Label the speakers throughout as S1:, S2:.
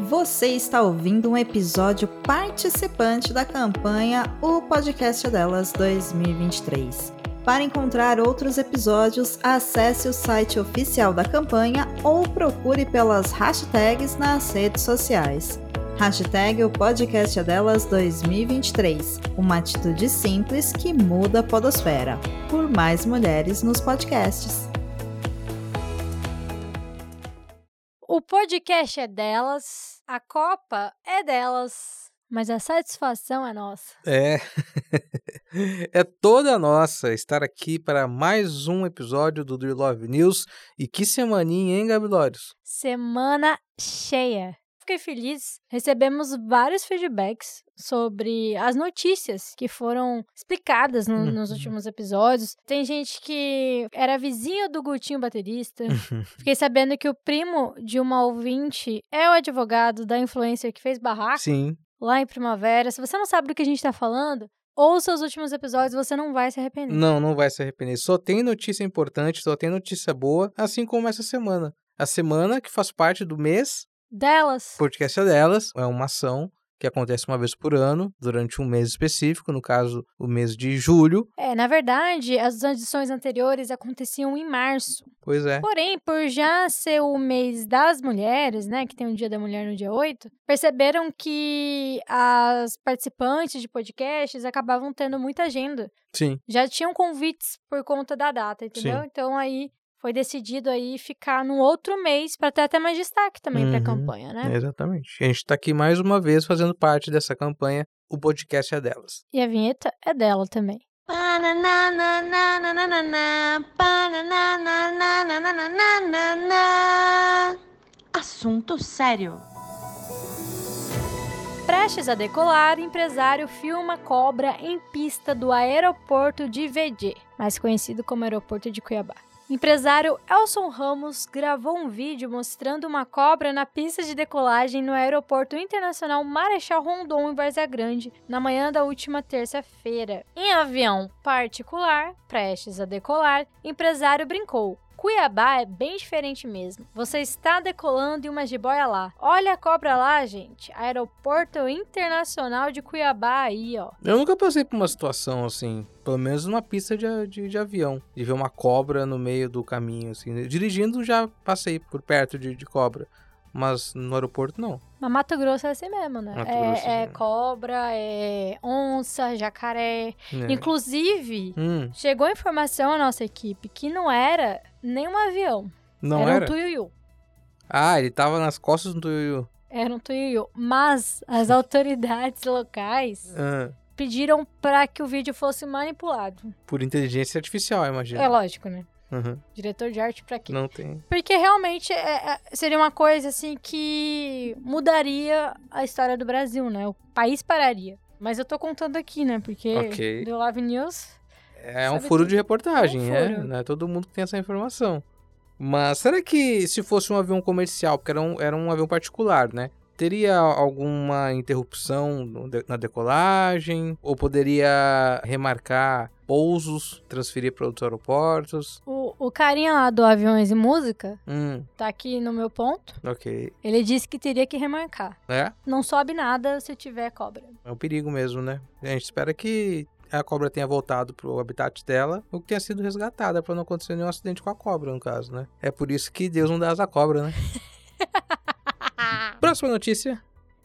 S1: Você está ouvindo um episódio participante da campanha O Podcast Delas 2023. Para encontrar outros episódios, acesse o site oficial da campanha ou procure pelas hashtags nas redes sociais. Hashtag o podcast é delas 2023, uma atitude simples que muda a podosfera, por mais mulheres nos podcasts.
S2: O podcast é delas, a Copa é delas, mas a satisfação é nossa.
S3: É. é toda nossa estar aqui para mais um episódio do Do You Love News. E que semaninha, hein, Gabilórios?
S2: Semana cheia. Fiquei feliz. Recebemos vários feedbacks sobre as notícias que foram explicadas no-
S3: Uhum.
S2: nos últimos episódios. Tem gente que era vizinho do Gutinho baterista. Fiquei sabendo que o primo de uma ouvinte é o advogado da influencer que fez barraco
S3: Ah, Sim.
S2: lá em primavera. Se você não sabe do que a gente tá falando, ouça os últimos episódios, você não vai se arrepender.
S3: Não, não vai se arrepender. Só tem notícia importante, só tem notícia boa, assim como essa semana. A semana que faz parte do mês
S2: Delas.
S3: podcast é delas, é uma ação que acontece uma vez por ano, durante um mês específico, no caso, o mês de julho.
S2: É, na verdade, as edições anteriores aconteciam em março.
S3: Pois é.
S2: Porém, por já ser o mês das mulheres, né, que tem o Dia da Mulher no dia 8, perceberam que as participantes de podcasts acabavam tendo muita agenda.
S3: Sim.
S2: Já tinham convites por conta da data, entendeu?
S3: Sim.
S2: Então aí foi decidido aí ficar no outro mês para ter até mais destaque também pra
S3: Uhum.
S2: campanha, né?
S3: Exatamente. A gente está aqui mais uma vez fazendo parte dessa campanha, o podcast é delas.
S2: E a vinheta é dela também.
S4: Assunto sério.
S2: Prestes a decolar, empresário filma cobra em pista do aeroporto de VG, mais conhecido como aeroporto de Cuiabá. Empresário Elson Ramos gravou um vídeo mostrando uma cobra na pista de decolagem no Aeroporto Internacional Marechal Rondon, em Várzea Grande, na manhã da última terça-feira. Em avião particular, prestes a decolar, empresário brincou. Cuiabá é bem diferente mesmo. Você está decolando em uma jiboia lá. Olha a cobra lá, gente. Aeroporto Internacional de Cuiabá aí, ó.
S3: Eu nunca passei por uma situação assim, pelo menos numa pista de, a- de, de avião, de ver uma cobra no meio do caminho, assim. Dirigindo já passei por perto de, de cobra, mas no aeroporto não.
S2: Mas Mato Grosso é assim mesmo, né?
S3: Mato Grosso é
S2: É, é
S3: assim.
S2: cobra, é onça, jacaré.
S3: né?
S2: Inclusive,
S3: Hum,
S2: chegou a informação à nossa equipe que não era nenhum avião.
S3: não
S2: era,
S3: era?
S2: um tuiuiu.
S3: Ah, ele tava nas costas do Tuiuiu.
S2: Era um tuiuiu. Mas as autoridades locais
S3: Ah,
S2: pediram para que o vídeo fosse manipulado.
S3: por inteligência artificial, eu imagino.
S2: É lógico, né?
S3: Uhum,
S2: Diretor de arte pra quê?
S3: Não tem.
S2: Porque realmente é- é- seria uma coisa assim que mudaria a história do Brasil, né? O país pararia. Mas eu tô contando aqui, né? Porque
S3: Ok.
S2: do Love News
S3: É um
S2: Sabe
S3: furo
S2: tudo.
S3: de reportagem,
S2: É um
S3: é.
S2: furo.
S3: Não é todo mundo que tem essa informação. Mas será que se fosse um avião comercial, porque era um, era um avião particular, né? Teria alguma interrupção no de- na decolagem? Ou poderia remarcar pousos, transferir para outros aeroportos?
S2: o, o carinha lá do Aviões e Música
S3: Hum,
S2: tá aqui no meu ponto.
S3: ok.
S2: Ele disse que teria que remarcar.
S3: É,
S2: Não sobe nada se tiver cobra.
S3: é um perigo mesmo, né? A gente espera que a cobra tenha voltado pro habitat dela, ou que tenha sido resgatada, para não acontecer nenhum acidente com a cobra, no caso, né? É por isso que Deus não dá asa à cobra, né? Próxima notícia.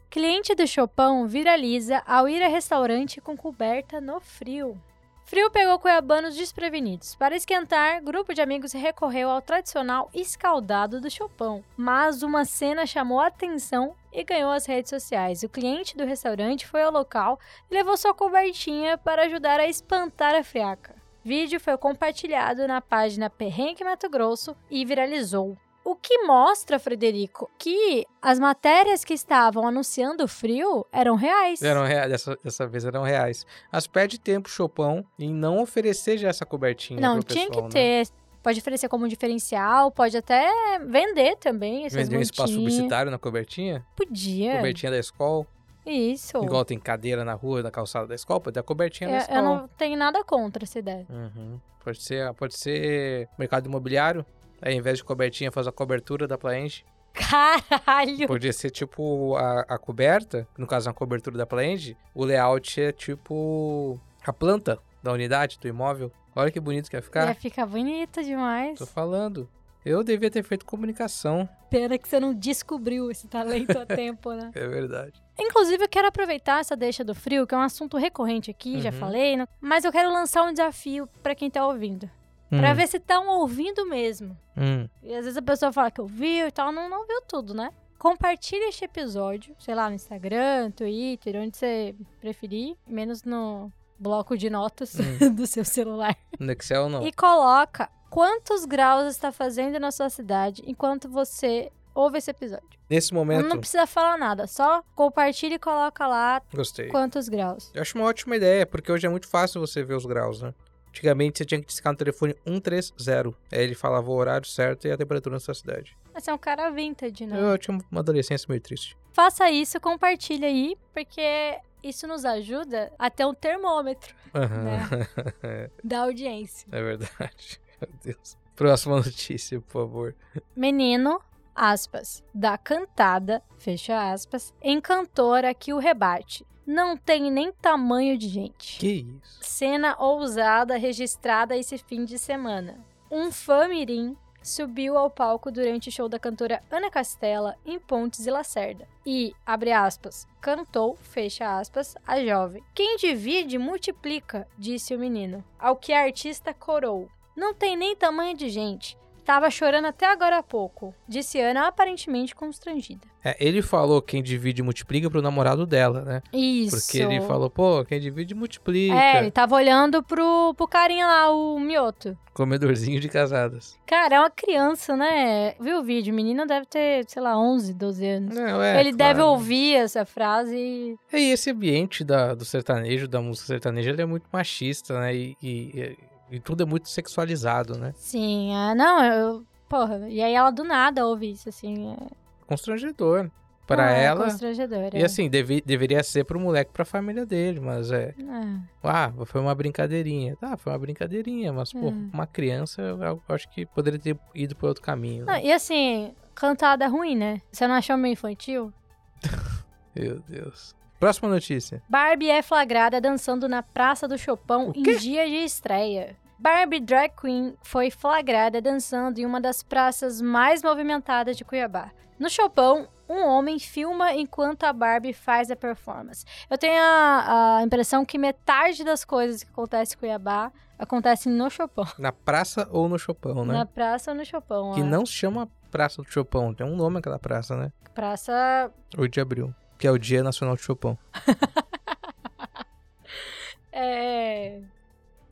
S2: Cliente do Chopão viraliza ao ir a restaurante com coberta no frio. Frio pegou cuiabanos desprevenidos. Para esquentar, grupo de amigos recorreu ao tradicional escaldado do Chopão. Mas uma cena chamou a atenção e ganhou as redes sociais. O cliente do restaurante foi ao local e levou sua cobertinha para ajudar a espantar a friaca. Vídeo foi compartilhado na página Perrengue Mato Grosso e viralizou. O que mostra, Frederico, que as matérias que estavam anunciando o frio eram reais.
S3: Eram reais, dessa, dessa vez eram reais. Mas perde tempo, Chopão, em não oferecer já essa cobertinha.
S2: Não,
S3: pro
S2: tinha
S3: pessoal,
S2: que
S3: Né?
S2: ter. Pode oferecer como diferencial, pode até vender também essas
S3: Vender um espaço
S2: mantinhas. É.
S3: publicitário na cobertinha?
S2: Podia.
S3: Cobertinha da escola.
S2: Isso.
S3: Igual tem cadeira na rua, na calçada da escola, pode ter a cobertinha da
S2: É, eu, eu
S3: escola.
S2: não tenho nada contra essa ideia.
S3: Uhum. Pode ser, pode ser mercado imobiliário. Aí, ao invés de cobertinha, faz a cobertura da plaenge.
S2: Caralho!
S3: Podia ser tipo a, a coberta, no caso uma cobertura da Planned, o layout é tipo a planta da unidade, do imóvel. Olha que bonito que ia ficar.
S2: Ia ficar bonita demais.
S3: Tô falando. Eu devia ter feito comunicação,
S2: Pena que você não descobriu esse talento a tempo, né?
S3: é verdade.
S2: Inclusive, eu quero aproveitar essa deixa do frio, que é um assunto recorrente aqui, já
S3: Uhum.
S2: falei, né? mas eu quero lançar um desafio pra quem tá ouvindo. Pra ver se estão ouvindo mesmo.
S3: Hum,
S2: E às vezes a pessoa fala que ouviu e tal, não, não viu tudo, né? Compartilha este episódio, sei lá, no Instagram, Twitter, onde você preferir, menos no bloco de notas do seu celular.
S3: no Excel Hum. não.
S2: E coloca quantos graus está fazendo na sua cidade enquanto você ouve esse episódio.
S3: Nesse momento,
S2: Não precisa falar nada, só compartilha e coloca lá
S3: gostei.
S2: quantos graus.
S3: Eu acho uma ótima ideia, porque hoje é muito fácil você ver os graus, né? Antigamente você tinha que discar no telefone 130. Aí ele falava o horário certo e a temperatura na sua cidade.
S2: Mas é um cara vintage, né?
S3: Eu tinha uma adolescência meio triste.
S2: Faça isso, compartilha aí, porque isso nos ajuda a ter um termômetro
S3: Aham.
S2: da audiência.
S3: É verdade. Meu Deus. Próxima notícia, por favor.
S2: Menino, aspas, da cantada, fecha aspas, em cantora que o rebate. Não tem nem tamanho de gente.
S3: Que isso?
S2: Cena ousada registrada esse fim de semana. Um fã mirim subiu ao palco durante o show da cantora Ana Castela em Pontes e Lacerda e, abre aspas, cantou, fecha aspas, a jovem. Quem divide, multiplica, disse o menino, ao que a artista corou. Não tem nem tamanho de gente. Tava chorando até agora há pouco, disse Ana, aparentemente constrangida.
S3: É, ele falou quem divide multiplica pro namorado dela, né?
S2: Isso.
S3: Porque ele falou, pô, quem divide multiplica.
S2: É, ele tava olhando pro, pro carinha lá, o Mioto.
S3: Comedorzinho de casadas.
S2: Cara, é uma criança, né? Viu o vídeo? O menino deve ter, sei lá, 11, 12 anos.
S3: Não, é,
S2: Ele
S3: claro.
S2: deve ouvir essa frase e.
S3: É, E esse ambiente da- do sertanejo, da música sertaneja, ele é muito machista, né? E, e- e tudo é muito sexualizado, né?
S2: Sim, ah, não, eu. Porra, e aí ela do nada ouve isso, assim. É...
S3: Constrangedor pra
S2: Ah, é
S3: ela.
S2: Constrangedor.
S3: E
S2: é.
S3: assim, devi- deveria ser pro moleque, pra família dele, mas é.
S2: Ah,
S3: Ah, foi uma brincadeirinha. Tá, foi uma brincadeirinha, mas, pô,
S2: Hum.
S3: uma criança, eu acho que poderia ter ido por outro caminho.
S2: não,
S3: Né?
S2: e assim, cantada ruim, né? Você não achou meio infantil?
S3: Meu Deus. Próxima notícia.
S2: Barbie é flagrada dançando na Praça do Chopin
S3: O
S2: em
S3: quê?
S2: dia de estreia. Barbie Drag Queen foi flagrada dançando em uma das praças mais movimentadas de Cuiabá. No Chopin, um homem filma enquanto a Barbie faz a performance. Eu tenho a, a impressão que metade das coisas que acontecem em Cuiabá acontecem no Chopin.
S3: Na praça ou no Chopão, né?
S2: Na praça ou no Chopin.
S3: Que
S2: é.
S3: não se chama Praça do Chopão. Tem um nome aquela praça, né?
S2: Praça
S3: 8 de abril. Que é o Dia Nacional de Chopão.
S2: é...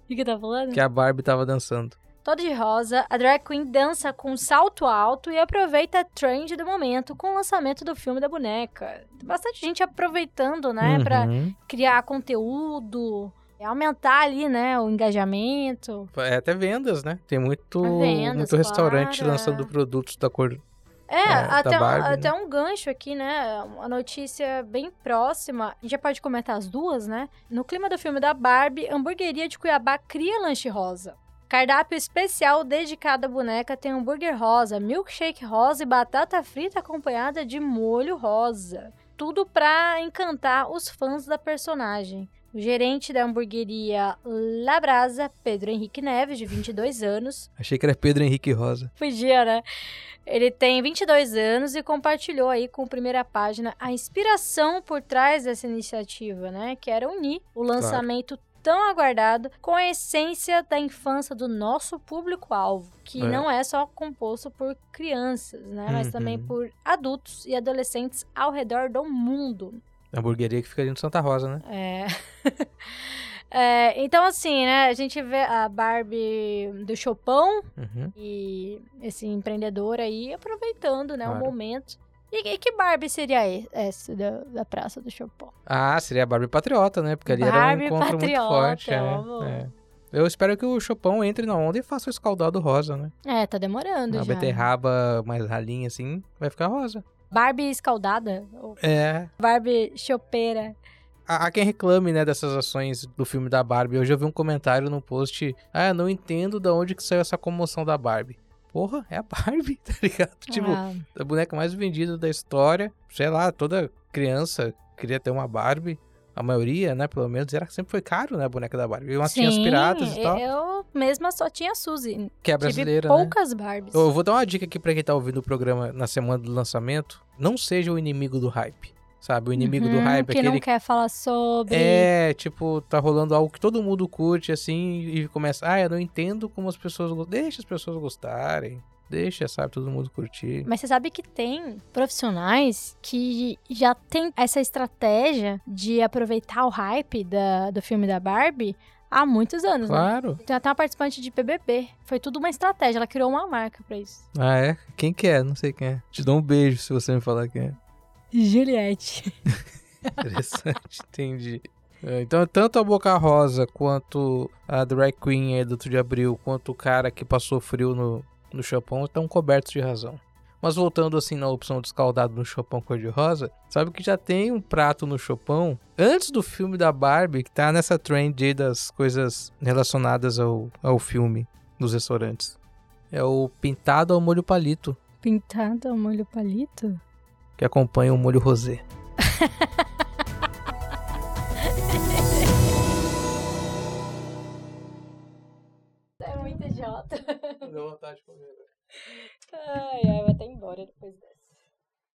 S2: O que que tá falando?
S3: Que a Barbie tava dançando.
S2: Toda de rosa, a drag queen dança com um salto alto e aproveita a trend do momento com o lançamento do filme da boneca. Bastante gente aproveitando, né, pra
S3: Uhum.
S2: criar conteúdo, aumentar ali, né, o engajamento.
S3: É até vendas, né? Tem muito,
S2: É Vendas,
S3: muito restaurante
S2: claro.
S3: lançando produtos da cor.
S2: É,
S3: da
S2: até, um-
S3: Barbie, né?
S2: até um gancho aqui, né? Uma notícia bem próxima. A gente já pode comentar as duas, né? No clima do filme da Barbie, a hamburgueria de Cuiabá cria lanche rosa. Cardápio especial dedicado à boneca tem hambúrguer rosa, milkshake rosa e batata frita acompanhada de molho rosa. Tudo pra encantar os fãs da personagem. O gerente da hamburgueria Labrasa, Pedro Henrique Neves, de 22 anos,
S3: Achei que era Pedro Henrique Rosa.
S2: Podia, né? Ele tem 22 anos e compartilhou aí com a primeira página a inspiração por trás dessa iniciativa, né? Que era unir o lançamento tão aguardado com a essência da infância do nosso público-alvo, que
S3: É.
S2: não é só composto por crianças, né? Mas também
S3: Uhum.
S2: por adultos e adolescentes ao redor do mundo.
S3: A hamburgueria que fica ali no Santa Rosa, né?
S2: É. É, então, assim, né? A gente vê a Barbie do Chopin
S3: Uhum.
S2: e esse empreendedor aí aproveitando, né,
S3: Claro.
S2: o momento. E, e que Barbie seria e- essa da, da Praça do Chopin?
S3: Ah, seria a Barbie Patriota, né? Porque ali
S2: Barbie
S3: era um encontro
S2: Patriota,
S3: muito forte. é,
S2: amor.
S3: é. Eu espero que o Chopão entre na onda e faça o escaldado rosa, né?
S2: É, tá demorando
S3: Uma
S2: já.
S3: beterraba mais ralinha assim, vai ficar rosa.
S2: Barbie escaldada? Ou
S3: É,
S2: Barbie chopeira?
S3: Há há quem reclame, né, dessas ações do filme da Barbie. Hoje eu vi um comentário no post, ah, não entendo da onde que saiu essa comoção da Barbie. Porra, é a Barbie, tá ligado? Tipo,
S2: Ah,
S3: a boneca mais vendida da história. Sei lá, toda criança queria ter uma Barbie. A maioria, né, pelo menos, era sempre foi caro, né, a boneca da Barbie. E umas tinhas
S2: sim,
S3: piratas e tal,
S2: Eu mesma só tinha a Suzy.
S3: que
S2: Tive
S3: é brasileira, né?
S2: poucas Barbies.
S3: Eu vou dar uma dica aqui pra quem tá ouvindo o programa na semana do lançamento. Não seja o inimigo do hype, sabe? O inimigo do
S2: Uhum,
S3: hype é
S2: que não
S3: aquele...
S2: quer falar sobre.
S3: É, tipo, tá rolando algo que todo mundo curte, assim, e começa... Ah, eu não entendo como as pessoas... go- Deixa as pessoas gostarem. Deixa, sabe, todo mundo curtir.
S2: Mas você sabe que tem profissionais que já tem essa estratégia de aproveitar o hype da- do filme da Barbie há muitos anos, né?
S3: Claro.
S2: Tem até uma participante de BBB. Foi tudo uma estratégia, ela criou uma marca pra isso.
S3: Ah, é? Quem que é? Não sei quem é. Te dou um beijo se você me falar quem é.
S2: Juliette.
S3: Interessante, entendi. É, Então, tanto a Boca Rosa, quanto a Drag Queen aí do 8 de abril, quanto o cara que passou frio no, no Chopin estão cobertos de razão. Mas voltando assim na opção de escaldado no Chopin cor-de-rosa, sabe que já tem um prato no Chopin antes do filme da Barbie, que tá nessa trend aí das coisas relacionadas ao, ao filme nos restaurantes. É o pintado ao molho palito,
S2: Pintada ao molho palito?
S3: que acompanha o molho rosé.
S2: É muito idiota.
S3: Deu vontade de comer.
S2: É Ai, ai, vai até embora depois dessa.